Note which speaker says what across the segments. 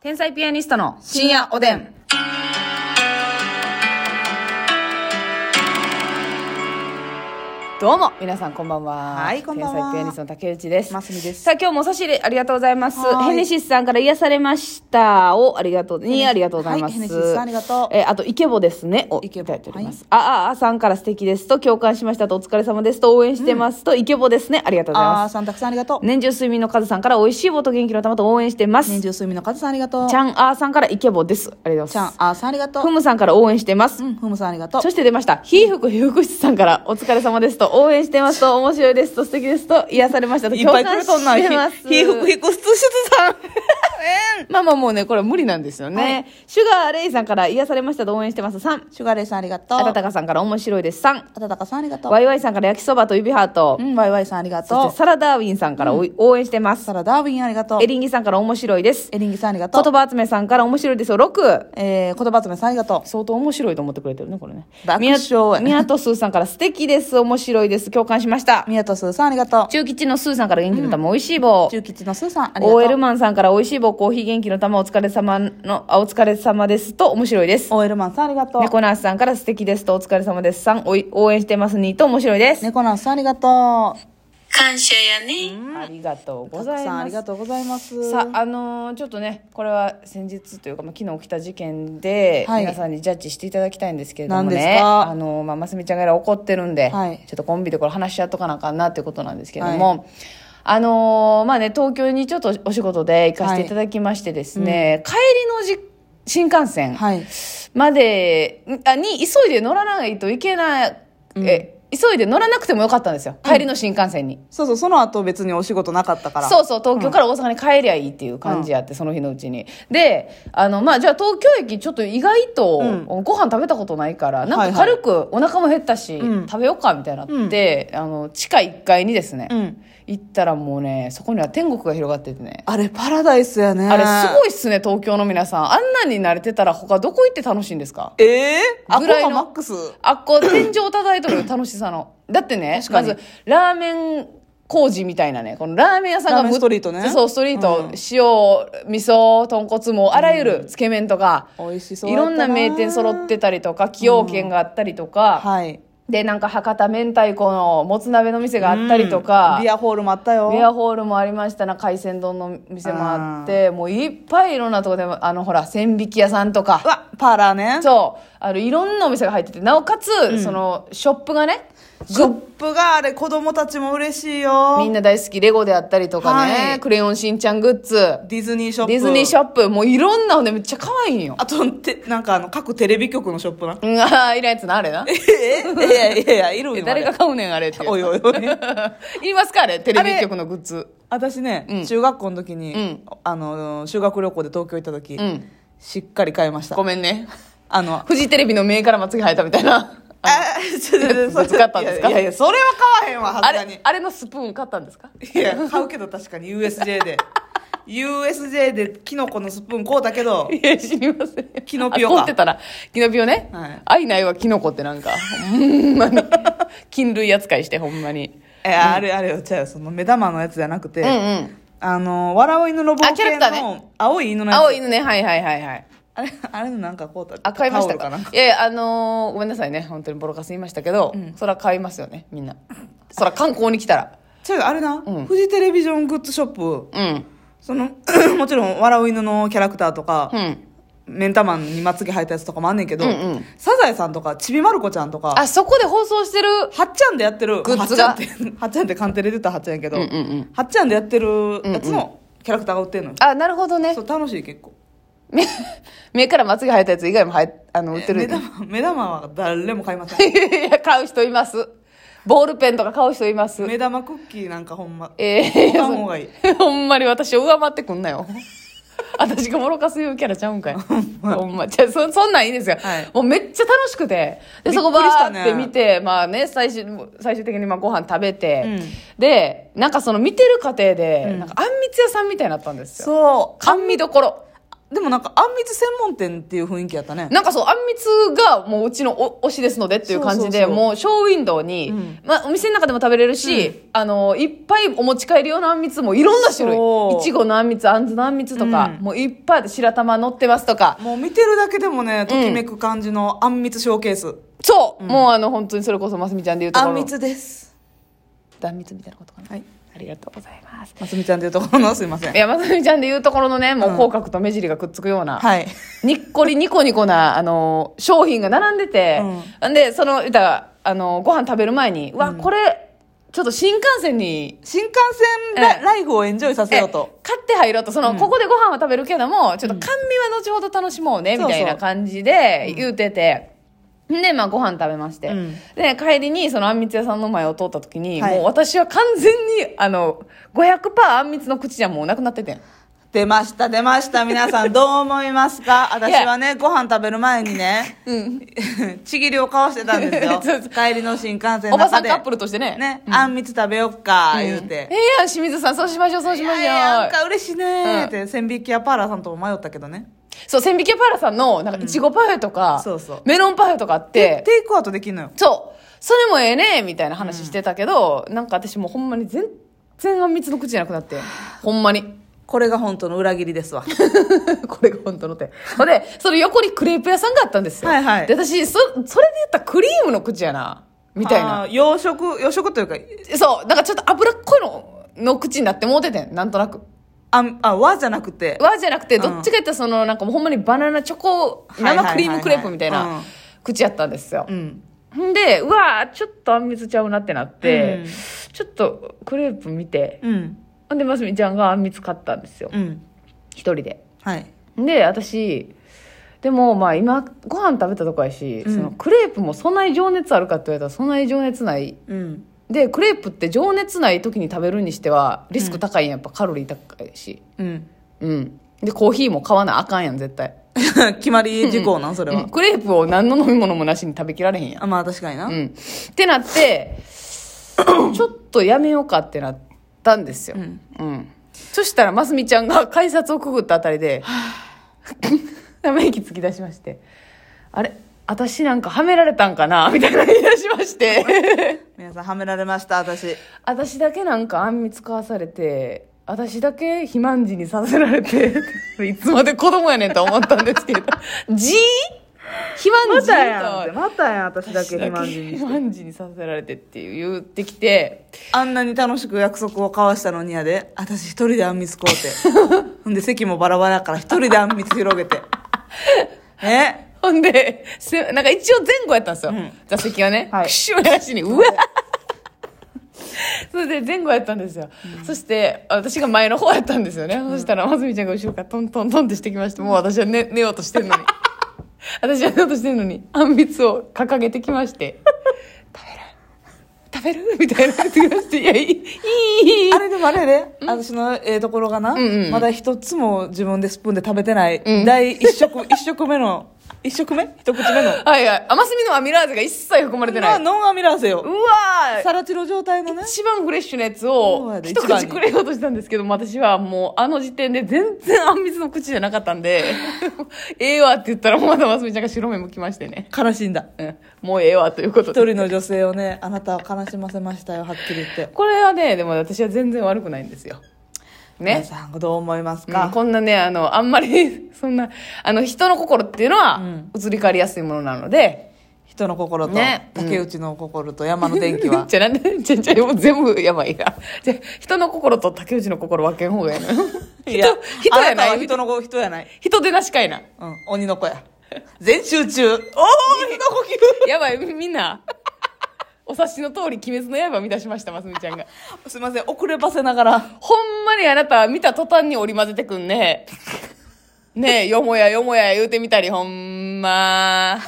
Speaker 1: 天才ピアニストの深夜おでん。どうも、皆さんこんばんは。
Speaker 2: はいこんばん
Speaker 1: 天才
Speaker 2: は
Speaker 1: ピアニストの竹内です。
Speaker 2: ますみです
Speaker 1: さあ、今日もお差し入れありがとうございます。
Speaker 2: はい
Speaker 1: ヘネシスさんから癒されましたを、ありがとう、にありがとうございます。
Speaker 2: はいヘネシスさんありがとう
Speaker 1: えーあと、イケボですね、をい
Speaker 2: イ
Speaker 1: た
Speaker 2: ケボ
Speaker 1: だいております。ああ、あさんから素敵ですと、共感しましたと、お疲れ様ですと、応援してますと、イケボですね、ありがとうござい
Speaker 2: あ
Speaker 1: ま
Speaker 2: ー
Speaker 1: す。
Speaker 2: さんたくさんありがとう。
Speaker 1: 年中睡眠のカズさんから、美味しい棒と元気の玉と応援してます。
Speaker 2: 年中睡眠のカズさんありがとう。
Speaker 1: ちゃんあーさんからイケボです。ありがとうご
Speaker 2: ち
Speaker 1: ざ
Speaker 2: ゃ
Speaker 1: い
Speaker 2: ん
Speaker 1: ま、す。
Speaker 2: あーさんありがと
Speaker 1: ふ
Speaker 2: う。
Speaker 1: むさんから応援してます。
Speaker 2: うん、ふむさんありがとう
Speaker 1: そ。して出ました。ひーふくひふくしさんから、お疲れ様ですと、応援してますと、面白いですと、素敵ですと、癒されましたと、
Speaker 2: いっぱい来るとんな。
Speaker 1: 共
Speaker 2: ひ
Speaker 1: 感してます
Speaker 2: ひふくひくすつしつさん。
Speaker 1: まあまあもうね、これ無理なんですよね。
Speaker 2: はい
Speaker 1: シュガーレイさんから、癒されましたと、応援してます3。
Speaker 2: シュガーレイさんありがとう。
Speaker 1: あたたかさんから、面白いです3。
Speaker 2: あたたかさんありがとう
Speaker 1: ワ。イワイさんから、焼きそばと指ハート
Speaker 2: う。ん、ワイワイさんありが
Speaker 1: そ
Speaker 2: と
Speaker 1: して、サラダーウィンさんから、おい応援してま
Speaker 2: う。
Speaker 1: す。
Speaker 2: サラダーウィンありがとう
Speaker 1: エ。リンギさんから、面白いです。
Speaker 2: エリンギさんありがと
Speaker 1: 言
Speaker 2: う。
Speaker 1: 葉集めさんから、面白いですよ6。
Speaker 2: えー、言葉集めさんありがとう。
Speaker 1: 相当面白いと思ってくれてるね、これね。
Speaker 2: 爆
Speaker 1: 宮
Speaker 2: 笑やね
Speaker 1: 宮戸すーさんから素敵です、面白いです、共感しました。
Speaker 2: 宮戸すーさんありがと
Speaker 1: 中吉のすーさんから元気の玉、美味しい棒
Speaker 2: う。。中吉のすーさんありがとう。
Speaker 1: OL マンさんから美味しい棒、コーヒー元気の玉、お疲れ様の、あ、お疲れ様ですと、面白いです。
Speaker 2: オエルマンさんありがとう。
Speaker 1: 猫ナースさんから素敵ですと、お疲れ様です。3、おい応援してますにと、面白いです。
Speaker 2: 猫なんさんありがとう。
Speaker 3: 感謝やね。
Speaker 1: ありがとうご
Speaker 2: たく
Speaker 1: ざい
Speaker 2: さんあ
Speaker 1: ま
Speaker 2: り
Speaker 1: す
Speaker 2: が。とうございます。
Speaker 1: さあ、あのーちょっとね、これは先日というか、まあ、昨日起きた事件で、
Speaker 2: はい
Speaker 1: 皆さんにジャッジしていただきたいんですけれども
Speaker 2: 何で
Speaker 1: ね、
Speaker 2: すか
Speaker 1: あのーまあ、ますみちゃんがいら怒ってるんで、
Speaker 2: はい
Speaker 1: ちょっとコンビでこれ話し合っとかなあかんなってことなんですけれども、あのーまあね、東京にちょっとお仕事で行かせていただきましてですね、帰りのじ新幹線、
Speaker 2: はい。
Speaker 1: までんあに急いで乗らないといけない、え急いで乗らなくてもよかったんですよ帰りの新幹線に、
Speaker 2: そうそう、その後別にお仕事なかったから。
Speaker 1: そうそう東京から大阪に帰りゃいいっていう感じやって、その日のうちにであのまあじゃあ東京駅ちょっと意外と
Speaker 2: う
Speaker 1: ご飯食べたことないから、な
Speaker 2: は
Speaker 1: ん
Speaker 2: い
Speaker 1: か
Speaker 2: はい
Speaker 1: 軽くお腹も減ったし、
Speaker 2: うん
Speaker 1: 食べようかみたいになって、あの地下1階にですね、
Speaker 2: うん
Speaker 1: 行ったらもうねそこには天国が広がっててね
Speaker 2: あれパラダイスやね。
Speaker 1: あれすごいっすね東京の皆さんあんなに慣れてたら他どこ行って楽しいんですか
Speaker 2: ええあ
Speaker 1: ぐらいの
Speaker 2: マックス
Speaker 1: あっこ天井叩いとるよ楽しさの。だってね、
Speaker 2: 確
Speaker 1: ま
Speaker 2: かに
Speaker 1: ず、ラーメン工事みたいなね、このラーメン屋さんが
Speaker 2: ラーメンストリートね
Speaker 1: そう、ストリート、
Speaker 2: うん
Speaker 1: 塩、味噌、豚骨も、あらゆるつけ麺とか、
Speaker 2: 美味しそう
Speaker 1: い
Speaker 2: やっ
Speaker 1: ろ
Speaker 2: た
Speaker 1: んな名店揃ってたりとか、崎陽軒があったりとか、
Speaker 2: はい
Speaker 1: で、なんか博多明太子のもつ鍋の店があったりとか、
Speaker 2: ビアホールもあったよ
Speaker 1: ビアホールもありましたな海鮮丼の店もあってもういっぱいいろんなとこであのほら千引き屋さんとか
Speaker 2: うわパーラーね
Speaker 1: そうあのいろんなお店が入っててなおかつ、そのショップがね
Speaker 2: ショップがあれ子供たちも嬉しいよ
Speaker 1: みんな大好きレゴであったりとかね、
Speaker 2: はい
Speaker 1: クレヨンしんちゃんグッズ
Speaker 2: ディズニーショップ
Speaker 1: ディズニーシ
Speaker 2: ョップ
Speaker 1: ョップもういろんなのねめっちゃ可愛いんよ
Speaker 2: あとてなんかあの各テレビ局のショップな
Speaker 1: うん あーいらんやつなあれな
Speaker 2: え えいやいやいやいるよ
Speaker 1: 誰が買うねんあれって
Speaker 2: おいおいおい
Speaker 1: 言いますかあれテレビ局のグッズ
Speaker 2: 私ね、中学校の時に、
Speaker 1: うん
Speaker 2: あの修学旅行で東京行った時、
Speaker 1: うん
Speaker 2: しっかり買いました
Speaker 1: ごめんね
Speaker 2: あの
Speaker 1: フジテレビの目からまつげ生えたみたいな
Speaker 2: あ ちょっと
Speaker 1: ぶつかったんですか
Speaker 2: いやいやいやそれは買わへんわ
Speaker 1: あ
Speaker 2: はずかに
Speaker 1: れあれのスプーン買ったんですか
Speaker 2: いや、買うけど確かに USJ で。USJ でキノコのスプーン買うたけど、
Speaker 1: いや知りません
Speaker 2: キノピオか
Speaker 1: あ撮ってたらキノピオね、
Speaker 2: はい
Speaker 1: 愛ないわキノコってなんかほんまに 菌類扱いしてほんまに
Speaker 2: え、あれあれよ、じゃあその目玉のやつじゃなくて、
Speaker 1: うんうん
Speaker 2: あの、笑う犬のロボ
Speaker 1: あキャラ
Speaker 2: 系
Speaker 1: クターね
Speaker 2: の青い犬のやつ。
Speaker 1: 青い犬ねはいはいはいはい
Speaker 2: あれ、あれのなんか買うた。
Speaker 1: あ買いました
Speaker 2: タ
Speaker 1: か
Speaker 2: オルな
Speaker 1: かいやいやあのーごめんなさいね本当にボロカス言いましたけど、そら買いますよねみんなそら観光に来たら
Speaker 2: ちょあれな、
Speaker 1: うん
Speaker 2: フジテレビジョングッズショップ、
Speaker 1: うん
Speaker 2: その、 もちろん笑う犬のキャラクターとか
Speaker 1: う、ん
Speaker 2: 目ん玉にまつげ生えたやつとかもあんねんけど、
Speaker 1: うんうん
Speaker 2: サザエさんとか、ちびまる子ちゃんとか、
Speaker 1: あそこで放送してる
Speaker 2: はっちゃんでやってる
Speaker 1: グッズが
Speaker 2: はっちゃんって、はっちゃんってカンテレで言ったらはっちゃんやけど、
Speaker 1: うんうんうん
Speaker 2: はっちゃんでやってるやつのキャラクターが売ってんのよ、
Speaker 1: あなるほどね
Speaker 2: そう楽しい結構
Speaker 1: 目目からまつげ生えたやつ以外も生えあの売ってる
Speaker 2: 目
Speaker 1: よね
Speaker 2: 玉目玉は誰も買いません
Speaker 1: いやいや買う人いますボールペンとか買う人います
Speaker 2: 目玉クッキーなんかほんま
Speaker 1: ええ
Speaker 2: 買わん方がいい
Speaker 1: ほんまに私を上回ってくんなよ。 私がもろかすいうキャラちゃうんかい。 ほんま。じゃあそ、そんなんいいんですよ。
Speaker 2: はい
Speaker 1: もうめっちゃ楽しくて。で、そこ
Speaker 2: び
Speaker 1: ば
Speaker 2: っくりした
Speaker 1: ー
Speaker 2: ね
Speaker 1: って見て、まあね、最終、最終的にまあご飯食べて、
Speaker 2: うん
Speaker 1: で、なんかその見てる過程で、なんかあんみつ屋さんみたいになったんですよ。
Speaker 2: そう
Speaker 1: 甘味どころ。
Speaker 2: でもなんか、あんみつ専門店っていう雰囲気やったね。
Speaker 1: なんかそう、あんみつがもううちのお推しですのでっていう感じで、
Speaker 2: そうそうそう
Speaker 1: もうショーウィンドウに、
Speaker 2: うん
Speaker 1: まあお店の中でも食べれるし、あの、いっぱいお持ち帰り用のあんみつもいろんな種類。
Speaker 2: そう
Speaker 1: いちごのあんみつ、あんずのあんみつとか、
Speaker 2: うん
Speaker 1: もういっぱいで白玉乗ってますとか。
Speaker 2: もう見てるだけでもね、ときめく感じのあんみつショーケース。
Speaker 1: そう、もうあの、本当にそれこそますみちゃんで言うとこ
Speaker 2: あ
Speaker 1: ろ
Speaker 2: ん
Speaker 1: の。
Speaker 2: みつです。
Speaker 1: あんみつみたいなことかな。
Speaker 2: はい。
Speaker 1: ありがとうございます。
Speaker 2: ますみちゃんでいうところのすいません
Speaker 1: い。や、まさみちゃんで言うところのね、もう口角と目尻がくっつくような。
Speaker 2: はい。
Speaker 1: にっこりニコニコな、あの、商品が並んでて、ん、で、その、言ったらあの、ご飯食べる前に、うわ、これ、ちょっと新幹線に、
Speaker 2: 新幹線ラ,、
Speaker 1: ええ
Speaker 2: イフをエンジョイさせ
Speaker 1: え
Speaker 2: よ
Speaker 1: 買
Speaker 2: うと。
Speaker 1: って入ろうと、その、ここでご飯は食べるけども、ちょっと甘味は後ほど楽しもうね、
Speaker 2: うん
Speaker 1: みたいな感じで言うてて、んで、まあ、ご飯食べまして。
Speaker 2: うん
Speaker 1: で、帰りに、その、あんみつ屋さんの前を通った時に、
Speaker 2: はい
Speaker 1: もう私は完全に、あの、500%あんみつの口じゃもうなくなっててん。
Speaker 2: 出ました、出ました。皆さんどう思いますか私はね、ご飯食べる前 にね、ちぎりを交わしてたんですよ
Speaker 1: そうそ。
Speaker 2: 帰りの新幹線
Speaker 1: お
Speaker 2: の
Speaker 1: ばさ
Speaker 2: 中
Speaker 1: ん
Speaker 2: で。
Speaker 1: カップルとしてね。
Speaker 2: ね、あんみつ食べよっか、言うて。
Speaker 1: ええやん、清水さん、そうしましょう、そうしましょう。
Speaker 2: いやなんか嬉しいね
Speaker 1: うん
Speaker 2: ーって、千匹やパーラーさんとも迷ったけどね。
Speaker 1: そう、千匹屋パーラさんの、なんか、いちごパフェとか、
Speaker 2: そうそう
Speaker 1: メロンパフェとかあっ
Speaker 2: で
Speaker 1: て、
Speaker 2: テイクアウトできるのよ。
Speaker 1: そう、それもええねみたいな話してたけど、なんか私もうほんまに全然あんみつの口じゃなくなって、ほんまに。
Speaker 2: これが本当の裏切りですわ。
Speaker 1: これが本当の手。ほんで、その横にクレープ屋さんがあったんですよ。
Speaker 2: はいはい
Speaker 1: で、私、そ、それで言ったらクリームの口やな、 みたい
Speaker 2: あ
Speaker 1: な。
Speaker 2: ー。洋食、洋食というか、
Speaker 1: そう、なんかちょっと脂っこいの、の口になってもうててん、なんとなく。
Speaker 2: あん、あ、和じゃなくて。
Speaker 1: わじゃなくて、
Speaker 2: うん
Speaker 1: どっちか言ったらその、なんかもうほんまにバナナチョコ、
Speaker 2: はいはいはいはい
Speaker 1: 生クリームクレープみたい
Speaker 2: うん
Speaker 1: な口やったんですよ
Speaker 2: う。ん。
Speaker 1: んで、うわーちょっとあんみつちゃうなってなって、
Speaker 2: うん
Speaker 1: ちょっとクレープ見て、
Speaker 2: うん。
Speaker 1: ほんで、ますみちゃんがあんみつ買ったんですよ。
Speaker 2: うん。
Speaker 1: 一人で。
Speaker 2: はい。
Speaker 1: で、私、でもまあ今、ご飯食べたとこやし、
Speaker 2: ん
Speaker 1: そのクレープもそんなに情熱あるかって言われたらそんなに情熱ない。
Speaker 2: うん。
Speaker 1: で、クレープって情熱ない時に食べるにしては、リスク高いんやっぱカロリー高いし。
Speaker 2: うん。
Speaker 1: うん。で、コーヒーも買わなあかんやん、絶対。
Speaker 2: 決まり事項なんそれは、
Speaker 1: うんクレープを何の飲み物もなしに食べきられへんやん。
Speaker 2: あまあ確かにな、
Speaker 1: うん。ってな って、ちょっとやめようかってなったんですよ。
Speaker 2: うん
Speaker 1: うんそしたら、ますみちゃんが改札をくぐったあたりで、ため息つき出しまして、あれ私なんかはめられたんかなみたいな言い出しま して。
Speaker 2: 皆さんはめられました私
Speaker 1: 私だけなんかあんみつかわされて私だけ肥満児にさせられて いつまで子供やねんと思ったんですけど「じ」肥満児
Speaker 2: ん
Speaker 1: と
Speaker 2: またやん私
Speaker 1: 私だけ肥満児にさせられてっていう言ってきて
Speaker 2: あんなに楽しく約束を交わしたのにやで私一人であんみつこうて ほんで席もバラバラやから一人であんみつ広げ てえ
Speaker 1: ほんでせなんか一応前後やったんですよ、
Speaker 2: ん
Speaker 1: 座席がね、
Speaker 2: はい
Speaker 1: くしゅなしにうわそれで前後やったんですよ、そして私が前の方やったんですよね、そしたらまずみちゃんが後ろからトントントンってしてきましてもう私は寝寝ようとして るのに私は寝ようとしてるのにあんみつを掲げてきまして「食べる食べる?」みたいな言ってきまして「いやいいいいいい
Speaker 2: あれでもあれで、私のええところがな、
Speaker 1: んうん
Speaker 2: まだ一つも自分でスプーンで食べてない、第一食 一食目の一食目一口目の
Speaker 1: はいはい甘すみのアミラーゼが一切含まれてな、
Speaker 2: ないノンアミラーゼよ
Speaker 1: うわー
Speaker 2: サラチロ状態のね
Speaker 1: 一番フレッシュなやつ
Speaker 2: そう
Speaker 1: を
Speaker 2: やで
Speaker 1: 一
Speaker 2: 一番に
Speaker 1: 口くれようとしたんですけども私はもうあの時点で全然あんみつの口じゃなかったんで ええわって言ったらまだますみちゃんが白目向きましてね、
Speaker 2: 悲しんだ
Speaker 1: うん、もうええわということ
Speaker 2: 一
Speaker 1: で
Speaker 2: 人の女性をねあなたは悲しませましたよはっきり言って、
Speaker 1: これはねでも私は全然悪くないんですよ
Speaker 2: 皆
Speaker 1: ね、
Speaker 2: さんどう思います
Speaker 1: うん
Speaker 2: か、
Speaker 1: こんなねあのあんまり そんなあの人の心っていうのは
Speaker 2: ん
Speaker 1: 移り変わりやすいものなので、
Speaker 2: 人の心と、
Speaker 1: ねうん
Speaker 2: 竹内の心と山の電 気は
Speaker 1: じゃあなんでじゃあじゃあもう全部やばいやじゃあ人の心と竹内の心分けん方がいいの
Speaker 2: いや
Speaker 1: 人人や
Speaker 2: あなた
Speaker 1: な
Speaker 2: はい人の子人やない、
Speaker 1: 人でなしかいな
Speaker 2: うん、鬼の子や全集中おお水の呼
Speaker 1: やばい、みみんな。お察しの通り、鬼滅の刃見出しました、ますみちゃんが。
Speaker 2: 吸すいません遅ればせながら
Speaker 1: ほんまにあなた見た途端に織り交ぜてくんね。ねえ、よもやよもや言うてみたり、ほんま。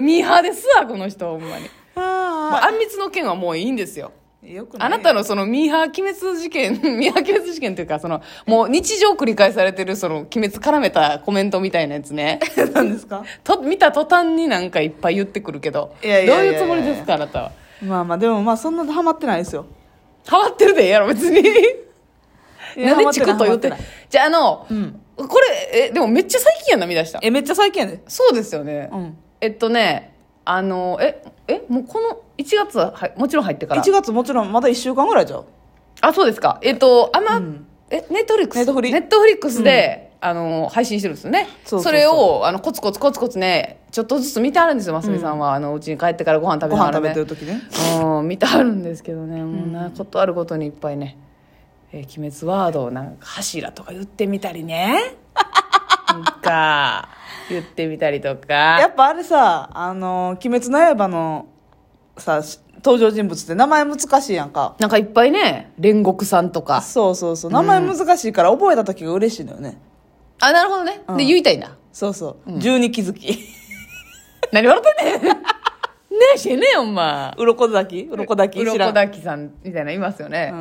Speaker 1: ミーハーですわ、この人、ほんまに。ま
Speaker 2: あ
Speaker 1: あ、あんみつの件はもういいんですよ。
Speaker 2: よく
Speaker 1: あなた
Speaker 2: の
Speaker 1: のそのミーハー鬼滅事件、ミーハー鬼滅事件というか、その、もう日常繰り返されてる、その、鬼滅絡めたコメントみたいなやつね。
Speaker 2: 何ですか
Speaker 1: と、見た途端になんかいっぱい言ってくるけど。
Speaker 2: いやいやいやいや
Speaker 1: どういうつもりですか、あなたは。
Speaker 2: まあまあでもまあそんなハマってないですよ
Speaker 1: ハマってるでええやろ別に
Speaker 2: いや
Speaker 1: なんでチクッと言って
Speaker 2: ハマってない
Speaker 1: じゃああの、
Speaker 2: ん
Speaker 1: これえでもめっちゃ最近やな見出した
Speaker 2: えめっちゃ最近やで
Speaker 1: そうですよね、
Speaker 2: うん
Speaker 1: えっとねあのええもうこの1月ははいもちろん入ってから
Speaker 2: 1月もちろんまだ1週間ぐらいじゃん
Speaker 1: あそうですかえっとあま、えネットフリックス
Speaker 2: ネットフリ
Speaker 1: ネットフリックスで、あの配信してるんですよね
Speaker 2: そうそうそう
Speaker 1: れをあのコツコツコツコツねちょっとずつ見てあるんですよますみさんは、あのうちに帰ってからご飯食べ
Speaker 2: ご
Speaker 1: ながら
Speaker 2: 飯食
Speaker 1: ね
Speaker 2: べてる時ね
Speaker 1: うん見てあるんですけどねもうなことあるごとにいっぱいね「えー鬼滅ワード」をなんか柱とか言ってみたり ねなんか言ってみたりとか
Speaker 2: やっぱあれさ「あの鬼滅の刃」のさし登場人物って名前難しいやんか
Speaker 1: なんかいっぱいね煉獄さんとか
Speaker 2: そうそうそう名前難しいから覚えた時が嬉しいのよね、
Speaker 1: あなるほどね、で言いたいな
Speaker 2: そうそう、十二気づき
Speaker 1: 何笑ってん ねんねえしてんねえよお前
Speaker 2: 鱗咲き鱗
Speaker 1: う
Speaker 2: 咲き
Speaker 1: ろ
Speaker 2: 知ら
Speaker 1: こ
Speaker 2: んは
Speaker 1: だきさんみたいなのいますよね、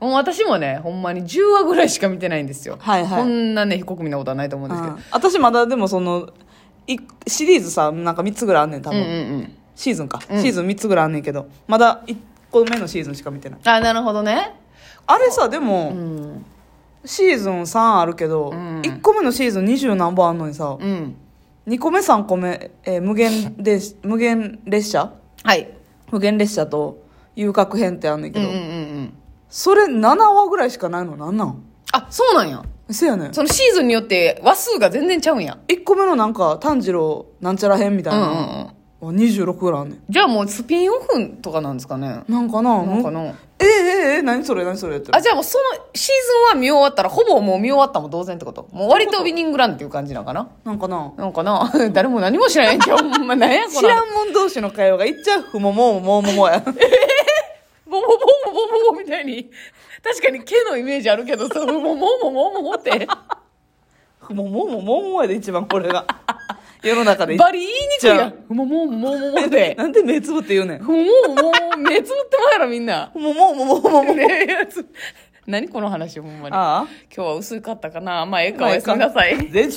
Speaker 2: う
Speaker 1: もう私もねほんまに10話ぐらいしか見てないんですよ、
Speaker 2: はいはい
Speaker 1: こんなね非国民なことはないと思うんですけど
Speaker 2: うん私まだでもそのいシリーズさなんか3つぐらいあんねん多
Speaker 1: うん
Speaker 2: 分、
Speaker 1: うんうん
Speaker 2: シーズンか、シーズン3つぐらいあんねんけどまだ1個目のシーズンしか見てない
Speaker 1: あなるほどね
Speaker 2: あれさでも、
Speaker 1: うん
Speaker 2: シーズン3あるけど、
Speaker 1: ん
Speaker 2: 1個目のシーズン20何本あんのにさ、
Speaker 1: うん
Speaker 2: 2個目3個目、えー無限で無限列車
Speaker 1: はい
Speaker 2: 無限列車と遊郭編ってあんねんけ
Speaker 1: うん
Speaker 2: ど、
Speaker 1: うんうんうん
Speaker 2: それ7話ぐらいしかないのなんなん
Speaker 1: あそうなんや
Speaker 2: せやねん
Speaker 1: そのシーズンによって話数が全然ちゃうんや
Speaker 2: 1個目のなんか炭治郎なんちゃら編みたい
Speaker 1: うんうん
Speaker 2: な、の26ぐらいあんねん
Speaker 1: じゃあもうスピンオフとかなんですかね
Speaker 2: なんかな
Speaker 1: なんか
Speaker 2: もう
Speaker 1: な
Speaker 2: えー、えー、えー、何それ何それって
Speaker 1: あじゃあもうそのシーズン1見終わったらほぼもう見終わったも同然ってこともう割とウィニングランっていう感じなんかな
Speaker 2: なんかな
Speaker 1: なんかな誰も何も知らないんじゃんほんま何やこの
Speaker 2: 知らんもん同士の会話がいっちゃうふももうもうもうも うや
Speaker 1: ボボボボボボボみたいに。確かに毛のイメージあるけどさ、ボボボボボボって。
Speaker 2: ふももうもうもうもうやで一番これ が世の中で一
Speaker 1: バリ言いにくいやん。ふももももももって。
Speaker 2: なんで目つぶって言うねん
Speaker 1: ふもももも目つぶってまうやろみんな。
Speaker 2: もうもうもうもうもうもう
Speaker 1: ねえやつ。何この話ほんまに。今
Speaker 2: ああ
Speaker 1: 日は薄かったかな。まあええかおやすみなさい。
Speaker 2: 全